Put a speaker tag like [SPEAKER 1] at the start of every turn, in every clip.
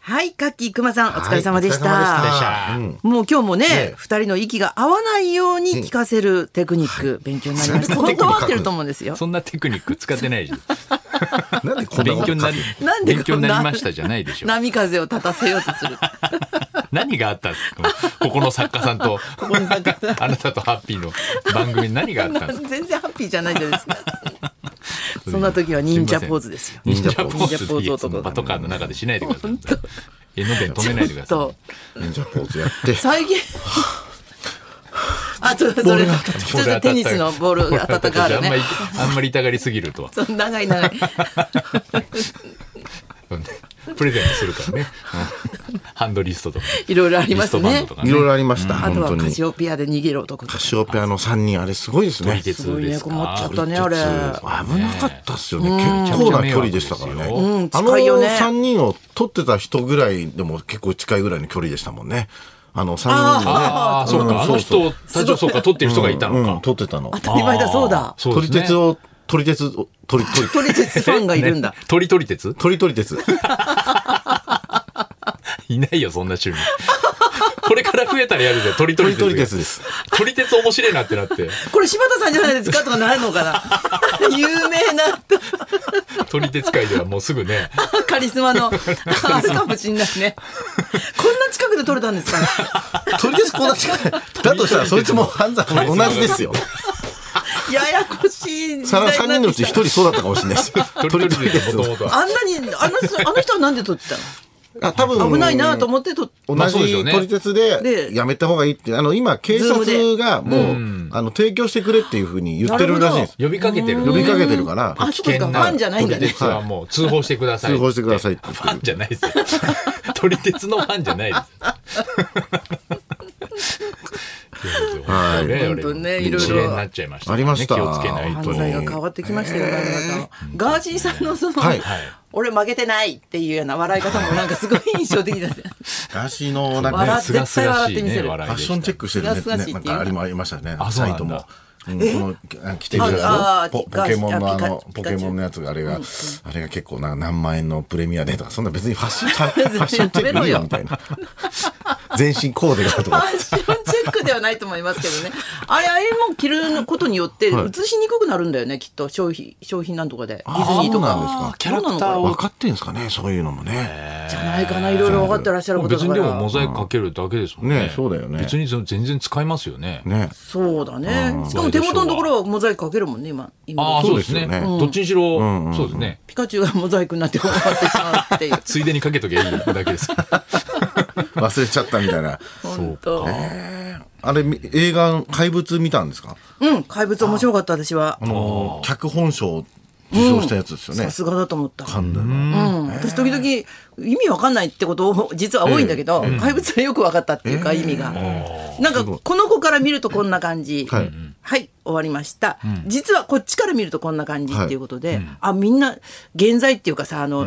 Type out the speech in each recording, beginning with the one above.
[SPEAKER 1] はい、カッキーくまさん、お疲れ様でした。
[SPEAKER 2] はいお疲れ様で
[SPEAKER 3] した
[SPEAKER 2] うん
[SPEAKER 1] もう今日もね
[SPEAKER 2] ね、
[SPEAKER 1] 二、人の息が合わないように聞かせるテクニック、勉強になりました。
[SPEAKER 2] そんな
[SPEAKER 1] 本
[SPEAKER 2] テク
[SPEAKER 1] 当
[SPEAKER 2] ニック
[SPEAKER 1] は合ってると思うんですよ。
[SPEAKER 3] そんなテクニック使ってない でしょ。
[SPEAKER 2] なんでこんな
[SPEAKER 3] 勉
[SPEAKER 2] こと
[SPEAKER 3] 強になり、
[SPEAKER 1] なんでこんな
[SPEAKER 3] 勉強になりましたじゃないでし ょ。
[SPEAKER 1] 波風を立たせようとする。
[SPEAKER 3] 何があったんですか ここの作家さんと、 あなたとハッピーの番組に何があったんですか
[SPEAKER 1] 全然ハッピーじゃないじゃないですか。 そんな時は忍者ポーズですよ。
[SPEAKER 3] 忍
[SPEAKER 2] 忍
[SPEAKER 3] 者
[SPEAKER 2] 者
[SPEAKER 3] ポ
[SPEAKER 2] ポ
[SPEAKER 3] ー
[SPEAKER 1] ーズ
[SPEAKER 3] ズってい
[SPEAKER 1] 忍者ポーズ
[SPEAKER 3] う
[SPEAKER 1] 男
[SPEAKER 3] そのパトカーの中でしないでください。絵の弁止めないでくだ
[SPEAKER 1] ちょっと
[SPEAKER 3] さ
[SPEAKER 2] 忍者ポーズや って
[SPEAKER 1] 最近。あ、そうそれ、ちょ
[SPEAKER 3] い。
[SPEAKER 1] っとテニスのボール、当たったかあるね。
[SPEAKER 3] あんまり痛がりすぎるとは。
[SPEAKER 1] そう長い長い。
[SPEAKER 3] プレゼントするからね。うんハンドリストとか。
[SPEAKER 1] いろいろあり
[SPEAKER 3] リ
[SPEAKER 1] ま
[SPEAKER 3] ス
[SPEAKER 1] す
[SPEAKER 3] トバン
[SPEAKER 1] ね
[SPEAKER 3] ドと。か
[SPEAKER 2] い
[SPEAKER 3] ね。
[SPEAKER 2] ろいろありました
[SPEAKER 1] あと
[SPEAKER 2] 本
[SPEAKER 1] は
[SPEAKER 2] 当
[SPEAKER 1] カ
[SPEAKER 2] に
[SPEAKER 1] シオペアで逃げろとか。
[SPEAKER 2] カシオペアの三人あれすごいですね
[SPEAKER 3] 取り鉄
[SPEAKER 1] すごい
[SPEAKER 3] で
[SPEAKER 1] ね、
[SPEAKER 3] すか
[SPEAKER 1] 困っちゃったね、あれ。
[SPEAKER 2] 危なかったっすよね。結構な距離でしたからね。
[SPEAKER 3] うん
[SPEAKER 2] あ
[SPEAKER 1] 近いよ
[SPEAKER 2] の
[SPEAKER 1] ね
[SPEAKER 2] 三人を取ってた人ぐらいでも結構近いぐらいの距離でしたもんね。あの三人のね。
[SPEAKER 3] ああ、
[SPEAKER 2] ん
[SPEAKER 3] そうか。あの人、たちをそうか、撮ってる人がいたの
[SPEAKER 2] うん
[SPEAKER 3] か。
[SPEAKER 2] 取ってたの。
[SPEAKER 1] 当たり前だ、そうだ。
[SPEAKER 3] そう
[SPEAKER 2] 取
[SPEAKER 3] です
[SPEAKER 2] り
[SPEAKER 3] ね
[SPEAKER 2] 鉄を、取り鉄を、取り、取り、
[SPEAKER 1] トリセツファンがいるん だ
[SPEAKER 3] ね。。鳥鳥鉄
[SPEAKER 2] 取り取り鉄。
[SPEAKER 3] いないよ、そんな 趣味。これから増えたらやるぜ、鳥
[SPEAKER 2] 取
[SPEAKER 3] 鳥
[SPEAKER 2] り取り鉄
[SPEAKER 3] 鉄。
[SPEAKER 2] です。
[SPEAKER 3] 鳥鉄面白いなってなって、
[SPEAKER 1] これ柴田さんじゃないですかとかなるのか な有名な
[SPEAKER 3] 鳥鉄界ではもうすぐね、
[SPEAKER 1] カリスマ の、あるかもしんないね。こんな近くで撮れたんです かね。
[SPEAKER 2] 取り鉄こんな近い。だとしたらそいつも犯罪同じですよ。
[SPEAKER 1] ややこしい時
[SPEAKER 2] さら
[SPEAKER 1] 代
[SPEAKER 2] 三
[SPEAKER 1] にな
[SPEAKER 2] 人
[SPEAKER 1] ってきた
[SPEAKER 2] のうち一人そうだったかもしれないです。
[SPEAKER 3] 鳥 鳥鉄もともとは。
[SPEAKER 1] あんなに、あの人あの人はなんで撮ってた
[SPEAKER 2] あ、多分
[SPEAKER 1] の危ないなと思って撮っ
[SPEAKER 2] 同
[SPEAKER 3] まあそうで
[SPEAKER 2] じ
[SPEAKER 3] しょうね
[SPEAKER 2] 撮り鉄
[SPEAKER 1] で
[SPEAKER 2] でやめた方がいいって、あの、今、警察がもう、あの、提供してくれっていうふうに言ってるらしいんです。
[SPEAKER 3] 呼びかけてる。
[SPEAKER 2] 呼びかけてるから、
[SPEAKER 1] あ、そうですか、フ
[SPEAKER 3] な
[SPEAKER 1] ァンじゃないんだ
[SPEAKER 3] 鳥
[SPEAKER 1] ね。
[SPEAKER 3] 鉄はもう通報してください。
[SPEAKER 2] 通報してくださいって
[SPEAKER 3] ファンじゃないですよ。 鳥鉄のファンじゃないです。いや
[SPEAKER 2] はい
[SPEAKER 3] ですよ
[SPEAKER 1] 本当にね
[SPEAKER 3] 俺
[SPEAKER 1] いろいろ
[SPEAKER 3] 一連になっちゃいましたか
[SPEAKER 2] あり
[SPEAKER 3] らね。
[SPEAKER 2] ました
[SPEAKER 3] 気をつけない
[SPEAKER 2] 本
[SPEAKER 3] と
[SPEAKER 2] 当
[SPEAKER 1] 犯
[SPEAKER 2] に。
[SPEAKER 1] 罪が変わってきましたよ、ガガーシーさんのその、
[SPEAKER 2] はい
[SPEAKER 1] 俺負けてないっていうような笑い方もなんかすごい印象的だね。
[SPEAKER 2] 昔の、なんかね、
[SPEAKER 1] 笑っ
[SPEAKER 2] フ
[SPEAKER 3] すがすがし
[SPEAKER 1] 絶対笑
[SPEAKER 3] い
[SPEAKER 1] ってみせ
[SPEAKER 3] ね、
[SPEAKER 1] る
[SPEAKER 3] 笑い
[SPEAKER 2] ァッ
[SPEAKER 3] で
[SPEAKER 2] ションチェックしてる
[SPEAKER 1] すがすが
[SPEAKER 2] ね、
[SPEAKER 1] しい
[SPEAKER 2] ね
[SPEAKER 1] っ
[SPEAKER 2] なん
[SPEAKER 1] ていう
[SPEAKER 2] かありありましたよね、
[SPEAKER 3] あそう
[SPEAKER 2] サ
[SPEAKER 3] なん
[SPEAKER 2] イ
[SPEAKER 3] だ
[SPEAKER 2] トも。うん、このあ着てる
[SPEAKER 1] ああ
[SPEAKER 2] やつポ
[SPEAKER 1] ピカ
[SPEAKER 2] ポケモンの
[SPEAKER 1] あ
[SPEAKER 2] あの
[SPEAKER 1] ピカ
[SPEAKER 2] ポケモンのやつがあれが、あれが結構な何万円のプレミアでとかそんな別にファッション ファッションチェックいいよみたいな全身コーデがと
[SPEAKER 1] ファ
[SPEAKER 2] か
[SPEAKER 1] ッションチェックではないと思いますけどね。 あれ、ああいうもん着ることによって、映
[SPEAKER 2] はい
[SPEAKER 1] しにくくなるんだよね、きっと、商品、商品なんとかで。デ
[SPEAKER 2] あー
[SPEAKER 1] ィズニーと
[SPEAKER 2] そうなんです
[SPEAKER 1] か
[SPEAKER 2] か。
[SPEAKER 3] キャラクター
[SPEAKER 1] どうなの
[SPEAKER 2] 分かってんですかねそういうのもね
[SPEAKER 1] じゃないかな、いろいろ分かってらっしゃること
[SPEAKER 3] 別
[SPEAKER 1] だ
[SPEAKER 3] に
[SPEAKER 1] か
[SPEAKER 3] でもモ
[SPEAKER 1] ら。
[SPEAKER 3] ザイクかけるだけですもんね。
[SPEAKER 2] ねそうだよね
[SPEAKER 3] 別にその全然使いますよね。
[SPEAKER 2] ね
[SPEAKER 1] そうだね。しかも手元のところはモザイクかけるもんね、今。
[SPEAKER 3] あ
[SPEAKER 1] 今
[SPEAKER 3] あ、そうですね。
[SPEAKER 2] そうですよ
[SPEAKER 3] どっちにしろ、そうですね。。
[SPEAKER 1] ピカチュウがモザイクになって終わってしまうって いう
[SPEAKER 3] ついでにかけときゃいいだけです。
[SPEAKER 2] 忘れちゃったみたいな
[SPEAKER 1] 本当。
[SPEAKER 2] あれみ映画「怪物」見たんですか
[SPEAKER 1] うん、怪物面白かった、私は
[SPEAKER 2] あ。の脚本賞を受賞したやつですよね
[SPEAKER 1] さすがだと思った。
[SPEAKER 2] 神田の
[SPEAKER 1] うん、私時々意味わかんないってことを 実は多いんだけど、怪物はよくわかったっていうか意味が、なんかこの子から見るとこんな感じは
[SPEAKER 2] はいい、
[SPEAKER 1] 終わりました、実はこっちから見るとこんな感じっていうことで、あみんな現在っていうかさあの、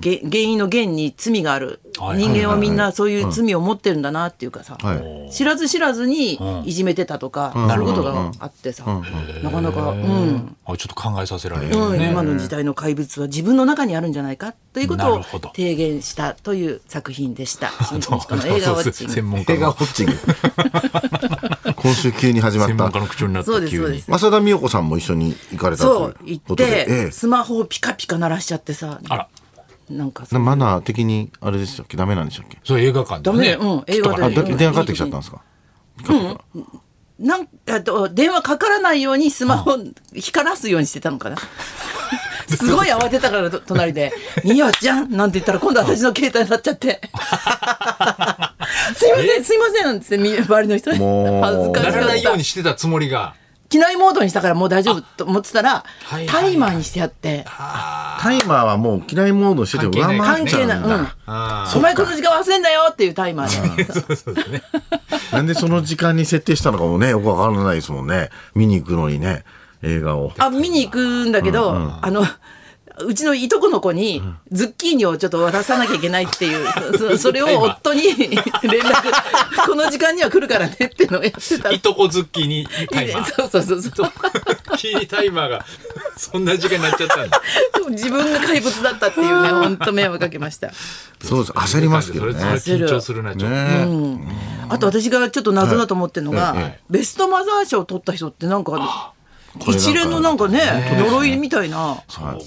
[SPEAKER 1] げ原因の原に罪がある、
[SPEAKER 3] はい
[SPEAKER 1] 人間はみんなそういう罪を持ってるんだなっていうかさ、
[SPEAKER 2] はい
[SPEAKER 1] 知らず知らずにいじめてたとか、そういうことがあってさ、なかなかうん。
[SPEAKER 3] あ、ちょっと考えさせられる
[SPEAKER 1] うん
[SPEAKER 3] ね。
[SPEAKER 1] 今の時代の怪物は自分の中にあるんじゃないかということ
[SPEAKER 3] な
[SPEAKER 1] を
[SPEAKER 3] るほど
[SPEAKER 1] 提言したという作品でした。新
[SPEAKER 3] そう
[SPEAKER 1] 日この映画ウォッチング
[SPEAKER 3] 専門家
[SPEAKER 2] 映画ウォ
[SPEAKER 3] の
[SPEAKER 2] ッチン グ今週急に始まっ
[SPEAKER 3] 専門
[SPEAKER 2] た
[SPEAKER 3] 家の口調になっ
[SPEAKER 1] そうで
[SPEAKER 3] た
[SPEAKER 1] すそ
[SPEAKER 3] 急
[SPEAKER 1] うで
[SPEAKER 3] に
[SPEAKER 1] す。
[SPEAKER 2] 浅田美代子さんも一緒に行かれた
[SPEAKER 1] そう
[SPEAKER 2] と
[SPEAKER 1] 行
[SPEAKER 2] いう
[SPEAKER 1] っ
[SPEAKER 2] ことで、
[SPEAKER 1] て
[SPEAKER 2] え
[SPEAKER 1] スマホをピカピカ鳴らしちゃってさ、
[SPEAKER 3] あら、
[SPEAKER 1] なんか
[SPEAKER 2] え
[SPEAKER 1] さ、
[SPEAKER 2] マナー的にあれでしたっけダメなんでしたっけ
[SPEAKER 3] それ映画館
[SPEAKER 1] ダ
[SPEAKER 3] で
[SPEAKER 1] メだ
[SPEAKER 3] ね
[SPEAKER 1] よ。うん、映
[SPEAKER 3] きっと
[SPEAKER 1] 画
[SPEAKER 3] か
[SPEAKER 1] で
[SPEAKER 2] あ
[SPEAKER 3] かっ
[SPEAKER 1] うん。
[SPEAKER 2] だ電話かかってきちゃったんですか
[SPEAKER 1] なんえっと電話かからないようにスマホを光らすようにしてたのかな。すごい慌てたからと隣 で「によちゃん」なんて言ったら今度私の携帯になっちゃって「すいませんすいません」なんつってみ周りの人に
[SPEAKER 2] もう
[SPEAKER 1] 恥ずかしか
[SPEAKER 3] な
[SPEAKER 1] った
[SPEAKER 3] らないようにしてたつもりが。
[SPEAKER 1] 機内モードにしたからもう大丈夫と思ってたら、
[SPEAKER 3] はいはい
[SPEAKER 1] タイマーにしてやって、
[SPEAKER 2] タイマーはもう嫌いモードしてて上回
[SPEAKER 1] 関
[SPEAKER 2] っちゃ
[SPEAKER 1] 係
[SPEAKER 2] うん
[SPEAKER 1] ない、うん
[SPEAKER 2] だ、
[SPEAKER 3] あ
[SPEAKER 1] お前この時間忘れんなよっていうタイマーで、
[SPEAKER 3] あ、そうですね。
[SPEAKER 2] なんでその時間に設定したのかもねよくわからないですもんね見に行くのにね映画を
[SPEAKER 1] あ見に行くんだけど、あのうちのいとこの子にズッキーニをちょっと渡さなきゃいけないっていうそそそれを夫に連絡この時間には来るからねっていうのをやってた
[SPEAKER 3] いとこズッキーニタイマー。
[SPEAKER 1] そうそうそうそう
[SPEAKER 3] キータイマーがそんな時間になっちゃったんだ。
[SPEAKER 1] 自分が怪物だったっていうね本当迷惑かけました
[SPEAKER 2] そうです焦りますけどね
[SPEAKER 3] それそれ緊張するなちょっと。
[SPEAKER 2] ね
[SPEAKER 1] あと私がちょっと謎だと思ってるのが、
[SPEAKER 2] はいええ
[SPEAKER 1] ベストマザー賞を取った人ってなんか
[SPEAKER 2] これなんか
[SPEAKER 1] 一連のなんかね呪いみたいな、
[SPEAKER 2] はい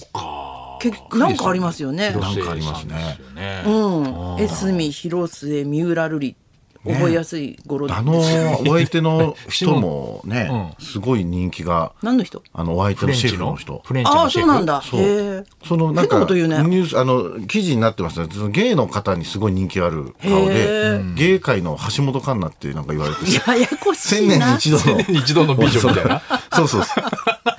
[SPEAKER 1] けなんかありますよね。
[SPEAKER 2] なんかありますね
[SPEAKER 1] うん、江住広末三浦瑠璃覚えやすい語呂で
[SPEAKER 2] あ
[SPEAKER 1] す
[SPEAKER 2] の
[SPEAKER 1] ね、
[SPEAKER 2] お相手の人も ね、すごい人気が、
[SPEAKER 1] 何の人
[SPEAKER 2] あのお相手
[SPEAKER 3] フ
[SPEAKER 2] の
[SPEAKER 3] レン
[SPEAKER 2] シェ
[SPEAKER 3] チ
[SPEAKER 2] フ
[SPEAKER 3] の
[SPEAKER 2] の人。
[SPEAKER 3] フレンチ
[SPEAKER 1] ああ
[SPEAKER 3] の
[SPEAKER 1] ー
[SPEAKER 3] シェ
[SPEAKER 1] そう
[SPEAKER 3] フ。
[SPEAKER 1] なんだ
[SPEAKER 2] そう
[SPEAKER 1] へえ
[SPEAKER 2] そのな
[SPEAKER 1] 変
[SPEAKER 2] ん
[SPEAKER 1] な
[SPEAKER 2] か
[SPEAKER 1] こと言うね
[SPEAKER 2] ニュースあの記事になってますね。その芸の方にすごい人気ある顔
[SPEAKER 1] へ
[SPEAKER 2] で、芸界の橋本環奈ってなんか言われてて、
[SPEAKER 1] ややこし
[SPEAKER 2] 千
[SPEAKER 1] い
[SPEAKER 2] 年に
[SPEAKER 1] な
[SPEAKER 2] 一度の
[SPEAKER 3] 年に 一度の美女みたいな。
[SPEAKER 2] そうそうそう。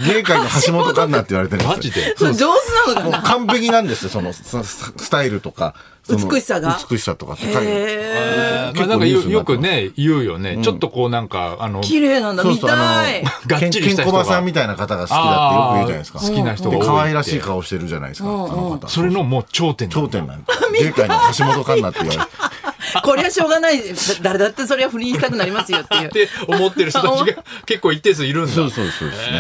[SPEAKER 2] 芸界の橋本環奈って言われてるんですよ
[SPEAKER 3] マジで
[SPEAKER 1] そう上手なの
[SPEAKER 2] もう
[SPEAKER 1] かな
[SPEAKER 2] 完璧なんですよ、そのスススタイルとか。その
[SPEAKER 1] 美しさが
[SPEAKER 2] 美しさとかって書いて
[SPEAKER 1] へえ
[SPEAKER 2] ある。
[SPEAKER 3] まあ
[SPEAKER 2] 結
[SPEAKER 3] なん
[SPEAKER 2] 構
[SPEAKER 3] か
[SPEAKER 2] ニュ
[SPEAKER 3] よ
[SPEAKER 2] ースにな
[SPEAKER 3] よ
[SPEAKER 2] って
[SPEAKER 3] く
[SPEAKER 2] ます。
[SPEAKER 3] ね言うよね。ちょっとこうなんかあの。
[SPEAKER 1] 綺麗なんだ
[SPEAKER 2] そう
[SPEAKER 1] 見
[SPEAKER 2] そう、あ
[SPEAKER 1] たい
[SPEAKER 2] の、
[SPEAKER 3] がっ
[SPEAKER 2] ケン
[SPEAKER 3] ちりした
[SPEAKER 2] ケン
[SPEAKER 3] 人
[SPEAKER 2] コバ
[SPEAKER 3] が
[SPEAKER 2] さんみたいな方が好きだってよく言うじゃないですか。
[SPEAKER 3] あー好きな人が多いって
[SPEAKER 2] で可愛らしい顔してるじゃないですか、あの方。
[SPEAKER 3] それのもう頂点
[SPEAKER 2] 頂点 なんですよ。芸界の橋本環奈って言われて。
[SPEAKER 1] こりゃしょうがないだ誰だってそりゃ不倫したくなりますよって いう
[SPEAKER 3] って思ってる人たちが結構一定数いるん だ。
[SPEAKER 2] そうそうそうです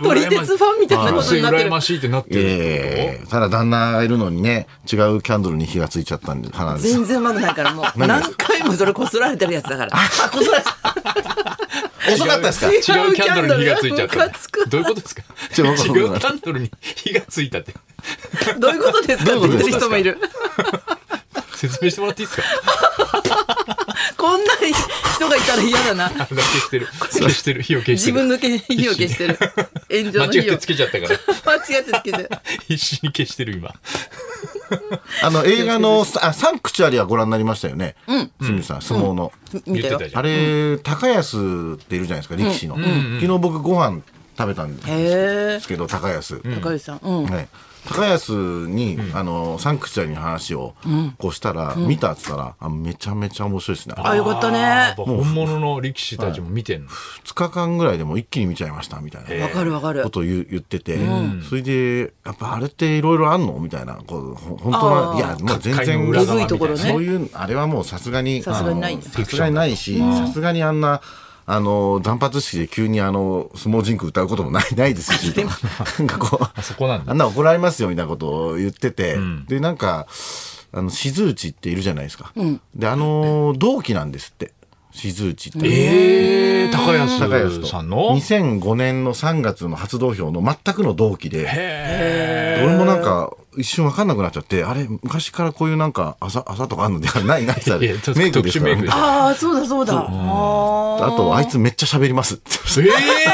[SPEAKER 2] ね。
[SPEAKER 1] 撮り鉄ファンみたいなことになって
[SPEAKER 3] 羨
[SPEAKER 1] る
[SPEAKER 3] ましいってなってる
[SPEAKER 2] ええただ旦那がいるのにね、違うキャンドルに火がついちゃったんで、鼻です。
[SPEAKER 1] 全然うまくないからもう
[SPEAKER 2] 何
[SPEAKER 1] 何
[SPEAKER 2] です
[SPEAKER 1] 回もそれこすられてるやつだから
[SPEAKER 2] 遅かったですか
[SPEAKER 1] 違う
[SPEAKER 3] 違うキャンドルに火がついちゃっ
[SPEAKER 1] ムカ
[SPEAKER 3] た
[SPEAKER 1] つく。
[SPEAKER 3] どういうことですか
[SPEAKER 2] ち
[SPEAKER 3] 違
[SPEAKER 2] ょ
[SPEAKER 3] う
[SPEAKER 2] わかん
[SPEAKER 3] キ
[SPEAKER 2] ない
[SPEAKER 3] ャンドルに火がついたって。
[SPEAKER 1] どういうことですかって言ってる人もいる
[SPEAKER 3] 説明してもらっていいですか
[SPEAKER 1] こんな人がいたら嫌だな
[SPEAKER 3] あ消してる。消してる。火を消し
[SPEAKER 1] 自
[SPEAKER 3] てる。
[SPEAKER 1] 分のけ火を消してる炎上
[SPEAKER 3] 間
[SPEAKER 1] の火を
[SPEAKER 3] 違ってつけちゃったから。
[SPEAKER 1] 間違ってつけてる
[SPEAKER 3] 必死に消してる今。
[SPEAKER 2] あの、映画のさあサンクチュアリはご覧になりましたよね。うん。すみさん、相撲の。
[SPEAKER 1] 見た
[SPEAKER 3] 言っ
[SPEAKER 1] よ
[SPEAKER 3] てたじゃ
[SPEAKER 2] あ
[SPEAKER 3] ん。
[SPEAKER 2] れ、高安っているじゃないですか、力士の。昨日僕ご飯食べたんで
[SPEAKER 1] へえ
[SPEAKER 2] すけど、高安。
[SPEAKER 1] 高橋さんうん
[SPEAKER 2] ね高安に、あの、サンクチュアリの話をこうしたら、見たっつったら、あめちゃめちゃ面白いですね。
[SPEAKER 1] あよかったね
[SPEAKER 3] あー本物の力士たちも見てんの。
[SPEAKER 2] 2日間ぐらいでもう一気に見ちゃいました、みたいな。
[SPEAKER 1] わかるわかる
[SPEAKER 2] ことを言う言ってて、それでやっぱあれっていろいろあんのみたいなこうほ本当
[SPEAKER 1] あ
[SPEAKER 2] は
[SPEAKER 1] ー
[SPEAKER 2] いやもう全
[SPEAKER 3] 各界の
[SPEAKER 2] 然
[SPEAKER 1] 側
[SPEAKER 3] 裏
[SPEAKER 1] みたいなむずいところね
[SPEAKER 2] そういうあれはもうさすがに
[SPEAKER 1] さすがにない
[SPEAKER 2] あのさすがにないしさすがにあんなあの断髪式で急にあの相撲人句歌うこともない ないですしなんかこう
[SPEAKER 3] あそこなん
[SPEAKER 2] あ
[SPEAKER 3] だ。
[SPEAKER 2] んな怒られますよみたいなことを言ってて、でなんかあの静内っているじゃないですか、であの同期なんですって静内って。
[SPEAKER 3] えー、高
[SPEAKER 2] 高安と
[SPEAKER 3] 安さんの
[SPEAKER 2] 2005年の3月の初土俵の全くの同期で
[SPEAKER 3] へ
[SPEAKER 2] 俺もなんか一瞬分かんなくなっちゃってあれ昔からこういうなんか朝朝とかあんのでは ないないさ
[SPEAKER 3] いや
[SPEAKER 2] メ
[SPEAKER 3] ちょっと
[SPEAKER 2] イクですから
[SPEAKER 3] 特殊メイク
[SPEAKER 2] あ
[SPEAKER 1] ああそうだそうだあー
[SPEAKER 2] とあいつめっちゃ喋りますって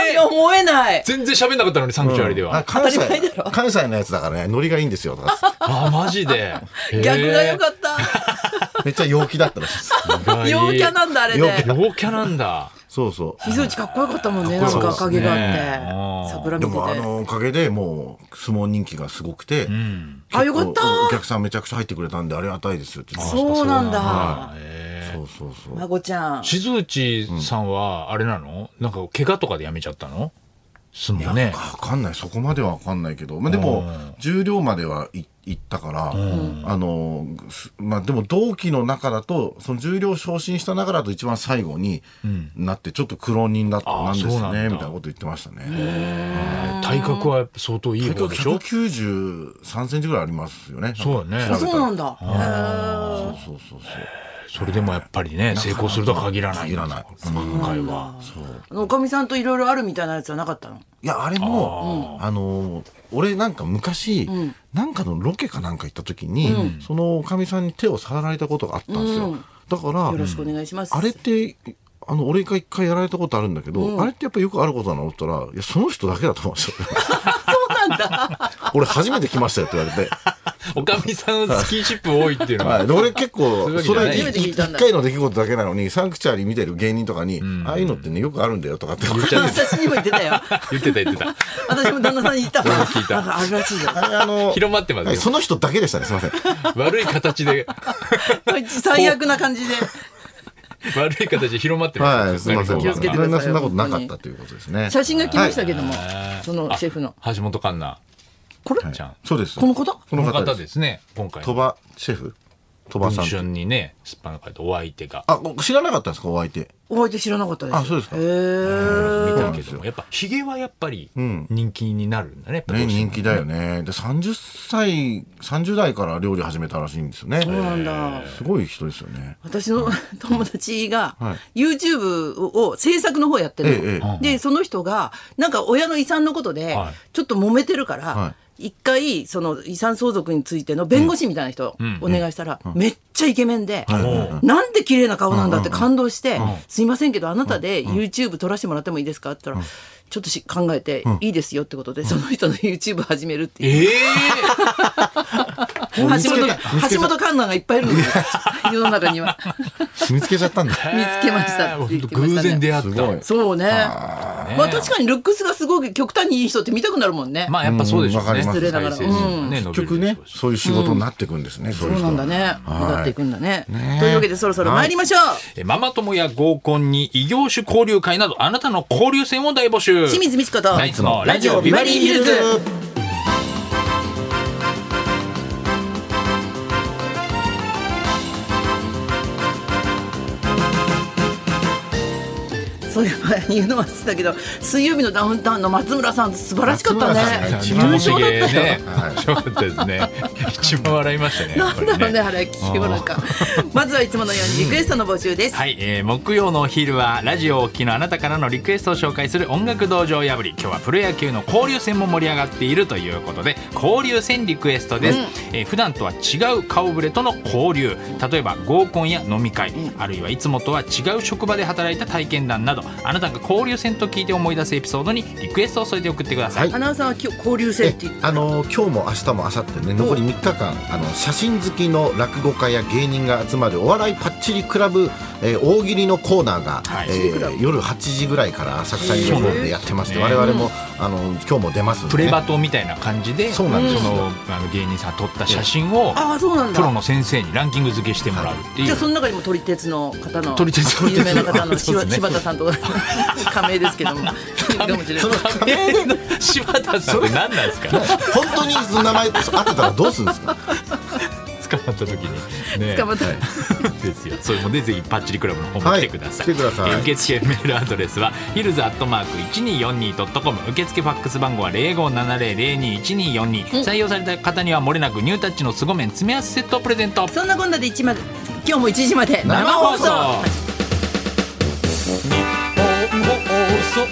[SPEAKER 3] え
[SPEAKER 1] いや思えない
[SPEAKER 3] 全然喋んなかったのに、サンクチュアリで
[SPEAKER 2] あ
[SPEAKER 3] は。
[SPEAKER 2] 関西
[SPEAKER 1] 当たり前だろ
[SPEAKER 2] 関西のやつだからねノリがいいんですよとかっ つって
[SPEAKER 3] あ、マジで。
[SPEAKER 1] 逆が良
[SPEAKER 3] っ
[SPEAKER 1] かった
[SPEAKER 2] めっちゃ陽気だったらしいです
[SPEAKER 3] た
[SPEAKER 1] 陽キャなんだあれ
[SPEAKER 2] 陽
[SPEAKER 1] ね
[SPEAKER 2] キ
[SPEAKER 3] 陽キャなんだ。
[SPEAKER 2] そうそ
[SPEAKER 1] 水内かっこよかったもんね
[SPEAKER 3] か
[SPEAKER 1] な
[SPEAKER 3] っこ
[SPEAKER 1] ん
[SPEAKER 3] よか
[SPEAKER 1] か
[SPEAKER 3] った
[SPEAKER 1] 影が
[SPEAKER 3] そうですね
[SPEAKER 1] あっ
[SPEAKER 3] あー
[SPEAKER 1] て桜 見
[SPEAKER 2] うで
[SPEAKER 1] てて
[SPEAKER 2] もあのおかげでもう相撲人気がすごくて、
[SPEAKER 3] うん。
[SPEAKER 1] あよかった
[SPEAKER 2] おお客さんめちゃくちゃ入ってくれたんでありがたいですって言ってまし
[SPEAKER 1] そうなんだ
[SPEAKER 3] あえ
[SPEAKER 2] たそうそうそう
[SPEAKER 1] 孫ちゃん
[SPEAKER 3] 静内さんは、あれなのなんか、怪我とかでやめちゃったの相撲ね。
[SPEAKER 2] わかんないそこまではわかんないけど、まあ、で
[SPEAKER 3] う
[SPEAKER 2] も
[SPEAKER 3] ん
[SPEAKER 2] 重量まではい行ったから、あのすまあでも同期の中だとその重量昇進した中だと一番最後になってちょっと苦労人だった
[SPEAKER 3] あー
[SPEAKER 2] なんですね
[SPEAKER 3] そう
[SPEAKER 2] み
[SPEAKER 3] なん
[SPEAKER 2] た
[SPEAKER 3] だ
[SPEAKER 2] いなこと言ってましたね。
[SPEAKER 3] 体格はやっぱ相当いい
[SPEAKER 2] 結
[SPEAKER 3] 方
[SPEAKER 2] 局
[SPEAKER 3] でしょ
[SPEAKER 2] 193センチぐらいありますよね。
[SPEAKER 3] そうだね
[SPEAKER 2] 調
[SPEAKER 1] あ
[SPEAKER 2] べたら
[SPEAKER 1] そうなんだへー
[SPEAKER 2] そうそうそう
[SPEAKER 3] それでもやっぱりね、成功するとは限らない。
[SPEAKER 2] 限らない
[SPEAKER 3] 今回は。
[SPEAKER 2] そうそう。
[SPEAKER 1] あのおかみさんといろいろあるみたいなやつはなかったの
[SPEAKER 2] いやあれもあの俺なんか昔、なんかのロケかなんか行った時に、そのおかみさんに手を触られたことがあったんですよ。
[SPEAKER 1] うん
[SPEAKER 2] だから
[SPEAKER 1] よろしくお願いします
[SPEAKER 2] あれって、あの、俺が一回やられたことあるんだけど、あれってやっぱよくあることなのって言ったら、いや、その人だけだと思うんですよ。
[SPEAKER 1] そうなんだ
[SPEAKER 2] 俺初めて来ましたよって言われて。
[SPEAKER 3] おかみさんスキンシップ多いっていうの
[SPEAKER 2] は
[SPEAKER 3] は。
[SPEAKER 2] い、で俺結
[SPEAKER 3] そう
[SPEAKER 2] 構、
[SPEAKER 3] いうわけ
[SPEAKER 2] そ
[SPEAKER 3] じゃ
[SPEAKER 2] れ
[SPEAKER 3] ない
[SPEAKER 1] 初めて聞い
[SPEAKER 2] 一
[SPEAKER 1] たんだ
[SPEAKER 2] 回の出来事だけなのに、サンクチュアリ見てる芸人とかに、ああいうのってね、よくあるんだよとかって言われて。
[SPEAKER 1] 私にも言ってたよ
[SPEAKER 3] 言ってた言ってた。
[SPEAKER 1] 私も旦那さんに言った わ
[SPEAKER 3] 聞いた
[SPEAKER 1] なんかあるらしいよ
[SPEAKER 2] あれあの、
[SPEAKER 3] 広まってますよ
[SPEAKER 2] はいその人だけでしたね、すいません。
[SPEAKER 3] 悪い形で、
[SPEAKER 1] 最悪な感じで
[SPEAKER 3] 悪い形で広まってます。
[SPEAKER 2] はい、すいません。
[SPEAKER 1] 気をつけてください
[SPEAKER 2] そんなことなかったということですね。
[SPEAKER 1] 写真が来ましたけども、そのシェフの
[SPEAKER 3] 橋本環奈。これ
[SPEAKER 2] はい
[SPEAKER 3] ちゃん。
[SPEAKER 2] そうです
[SPEAKER 1] この方
[SPEAKER 2] こ
[SPEAKER 3] こ
[SPEAKER 2] の
[SPEAKER 3] の
[SPEAKER 2] 方
[SPEAKER 3] 方
[SPEAKER 2] で
[SPEAKER 3] ですすね、今回。
[SPEAKER 2] 鳥羽シェフ鳥羽
[SPEAKER 3] 文
[SPEAKER 2] さん
[SPEAKER 3] 春にね、すっぱなかれたお相手が。
[SPEAKER 2] あお知らなかったんですかお相手
[SPEAKER 1] お相手知らなかったです
[SPEAKER 2] あそうですか
[SPEAKER 1] へー
[SPEAKER 3] 見
[SPEAKER 2] そうな
[SPEAKER 3] た
[SPEAKER 2] んで
[SPEAKER 3] け
[SPEAKER 2] す
[SPEAKER 3] ど
[SPEAKER 2] よ
[SPEAKER 3] も、やっぱヒゲはやっぱり
[SPEAKER 2] ん
[SPEAKER 3] 人気になるんだね。やっぱ
[SPEAKER 2] ね
[SPEAKER 3] どうして
[SPEAKER 2] 人
[SPEAKER 3] も
[SPEAKER 2] 気だよねで30歳30代から料理始めたらしいんですよね
[SPEAKER 1] そうなんだ
[SPEAKER 2] すごい人ですよね
[SPEAKER 1] 私の友達が
[SPEAKER 2] は
[SPEAKER 1] YouTube を制作の方やってるの、
[SPEAKER 2] えええ
[SPEAKER 1] でその人がなんか親の遺産のことで
[SPEAKER 3] はい
[SPEAKER 1] ちょっと揉めてるから、
[SPEAKER 2] は
[SPEAKER 1] 一回その遺産相続についての弁護士みたいな人をお願いしたら、めっちゃイケメンで、
[SPEAKER 2] はいはい
[SPEAKER 3] お
[SPEAKER 2] は
[SPEAKER 3] う
[SPEAKER 2] い
[SPEAKER 1] なんで綺麗な顔なんだって感動して、すいませんけどあなたで YouTube 撮らせてもらってもいいですかって言ったら、ちょっとし考えて、いいですよってことで、その人の YouTube 始めるっていう。
[SPEAKER 3] ええ
[SPEAKER 1] 橋
[SPEAKER 2] 見つけ
[SPEAKER 1] 本、
[SPEAKER 2] た見つけ
[SPEAKER 1] 橋本環奈がいっぱいいる んですよ。世の中には。
[SPEAKER 2] 見つけちゃったんだ
[SPEAKER 1] 見つけました
[SPEAKER 3] 本当
[SPEAKER 1] 見つけましたね
[SPEAKER 3] 偶然出会っ
[SPEAKER 2] す
[SPEAKER 3] た。
[SPEAKER 2] ごい
[SPEAKER 1] そうね。
[SPEAKER 3] ね
[SPEAKER 1] まあ確かにルックスがすごく極端にいい人って見たくなるもんね。
[SPEAKER 3] まあやっぱそうでしょ
[SPEAKER 2] うんわ
[SPEAKER 3] う
[SPEAKER 2] か
[SPEAKER 3] ね。
[SPEAKER 2] ります
[SPEAKER 1] 失礼ながら
[SPEAKER 3] 再生数もね
[SPEAKER 2] 結局ねそういう仕事になっていくんですね、そ
[SPEAKER 1] そう
[SPEAKER 2] いう
[SPEAKER 1] う
[SPEAKER 2] 人
[SPEAKER 1] な
[SPEAKER 2] は
[SPEAKER 1] んだね。
[SPEAKER 2] はい
[SPEAKER 1] 目立っていくんだね。
[SPEAKER 2] ねえ
[SPEAKER 1] というわけでそろそろ参りましょう。
[SPEAKER 3] えママ友や合コンに異業種交流会などあなたの交流戦を大募集
[SPEAKER 1] 清水美智子と
[SPEAKER 3] ナイツのラジオビバリーヒルズ
[SPEAKER 1] そういえば言うの忘れたけど水曜日のダウンタウンの松村さん素晴らしかった
[SPEAKER 2] 松村さん
[SPEAKER 1] ね
[SPEAKER 2] が
[SPEAKER 3] 一
[SPEAKER 2] 一
[SPEAKER 1] 優
[SPEAKER 2] 番
[SPEAKER 3] 番
[SPEAKER 1] 勝だったよ、
[SPEAKER 3] ね面白かったですね一番笑いましたねや
[SPEAKER 1] な
[SPEAKER 3] っぱ
[SPEAKER 1] ん
[SPEAKER 3] り
[SPEAKER 1] だろうね
[SPEAKER 3] ね
[SPEAKER 1] あれ聞けばなんかまずはいつものようにリクエストの募集です、
[SPEAKER 3] はい、えー木曜のお昼はラジオをお聞きのあなたからのリクエストを紹介する音楽道場破り今日はプロ野球の交流戦も盛り上がっているということで交流戦リクエストです、えー普段とは違う顔ぶれとの交流例えば合コンや飲み会、あるいはいつもとは違う職場で働いた体験談などあなたが交流戦と聞いて思い出すエピソードにリクエストを添えて送ってください、
[SPEAKER 1] 花輪さんは今日交流戦って言って
[SPEAKER 2] あの今日も明日も明後日ね残り3日間あの写真好きの落語家や芸人が集まるお笑いパッチリクラブ、えー大喜利のコーナーが、
[SPEAKER 3] はい
[SPEAKER 2] えー夜8時ぐらいから浅草にホールでやってまして、
[SPEAKER 3] へ
[SPEAKER 2] 我
[SPEAKER 3] ー
[SPEAKER 2] 々も、あの今日も出ますんで、
[SPEAKER 3] プ
[SPEAKER 2] ね、
[SPEAKER 3] レバトみたいな感じで
[SPEAKER 2] そうなんですよ
[SPEAKER 3] のあの芸人さんが撮った写真を
[SPEAKER 1] ああそうなん
[SPEAKER 3] プロ
[SPEAKER 1] だ
[SPEAKER 3] の先生にランキング付けしてもらうっていう、
[SPEAKER 1] じゃあその中にも撮り鉄の方の
[SPEAKER 3] 撮り鉄撮り
[SPEAKER 1] 有
[SPEAKER 3] 鉄
[SPEAKER 1] 名な方の
[SPEAKER 3] そうですね
[SPEAKER 1] 柴田さん とか仮名ですけどもかもしれない
[SPEAKER 3] えー柴田さんって何なんですか
[SPEAKER 2] 本当にその名前合ってたらどうするんですか
[SPEAKER 3] 捕まった時にね
[SPEAKER 1] 捕まった
[SPEAKER 3] ですよそれもねぜひパッチリクラブの方も
[SPEAKER 2] はい
[SPEAKER 3] 来てください,、
[SPEAKER 2] 来てください
[SPEAKER 3] えー受付メールアドレスはヒルズアットマーク 1242.com 受付ファックス番号は0570021242、採用された方にはもれなくニュータッチの凄麺詰め合わせセットをプレゼント
[SPEAKER 1] そんなこんなで1まで今日も1時まで
[SPEAKER 3] 生放送
[SPEAKER 1] はい
[SPEAKER 3] 日本放送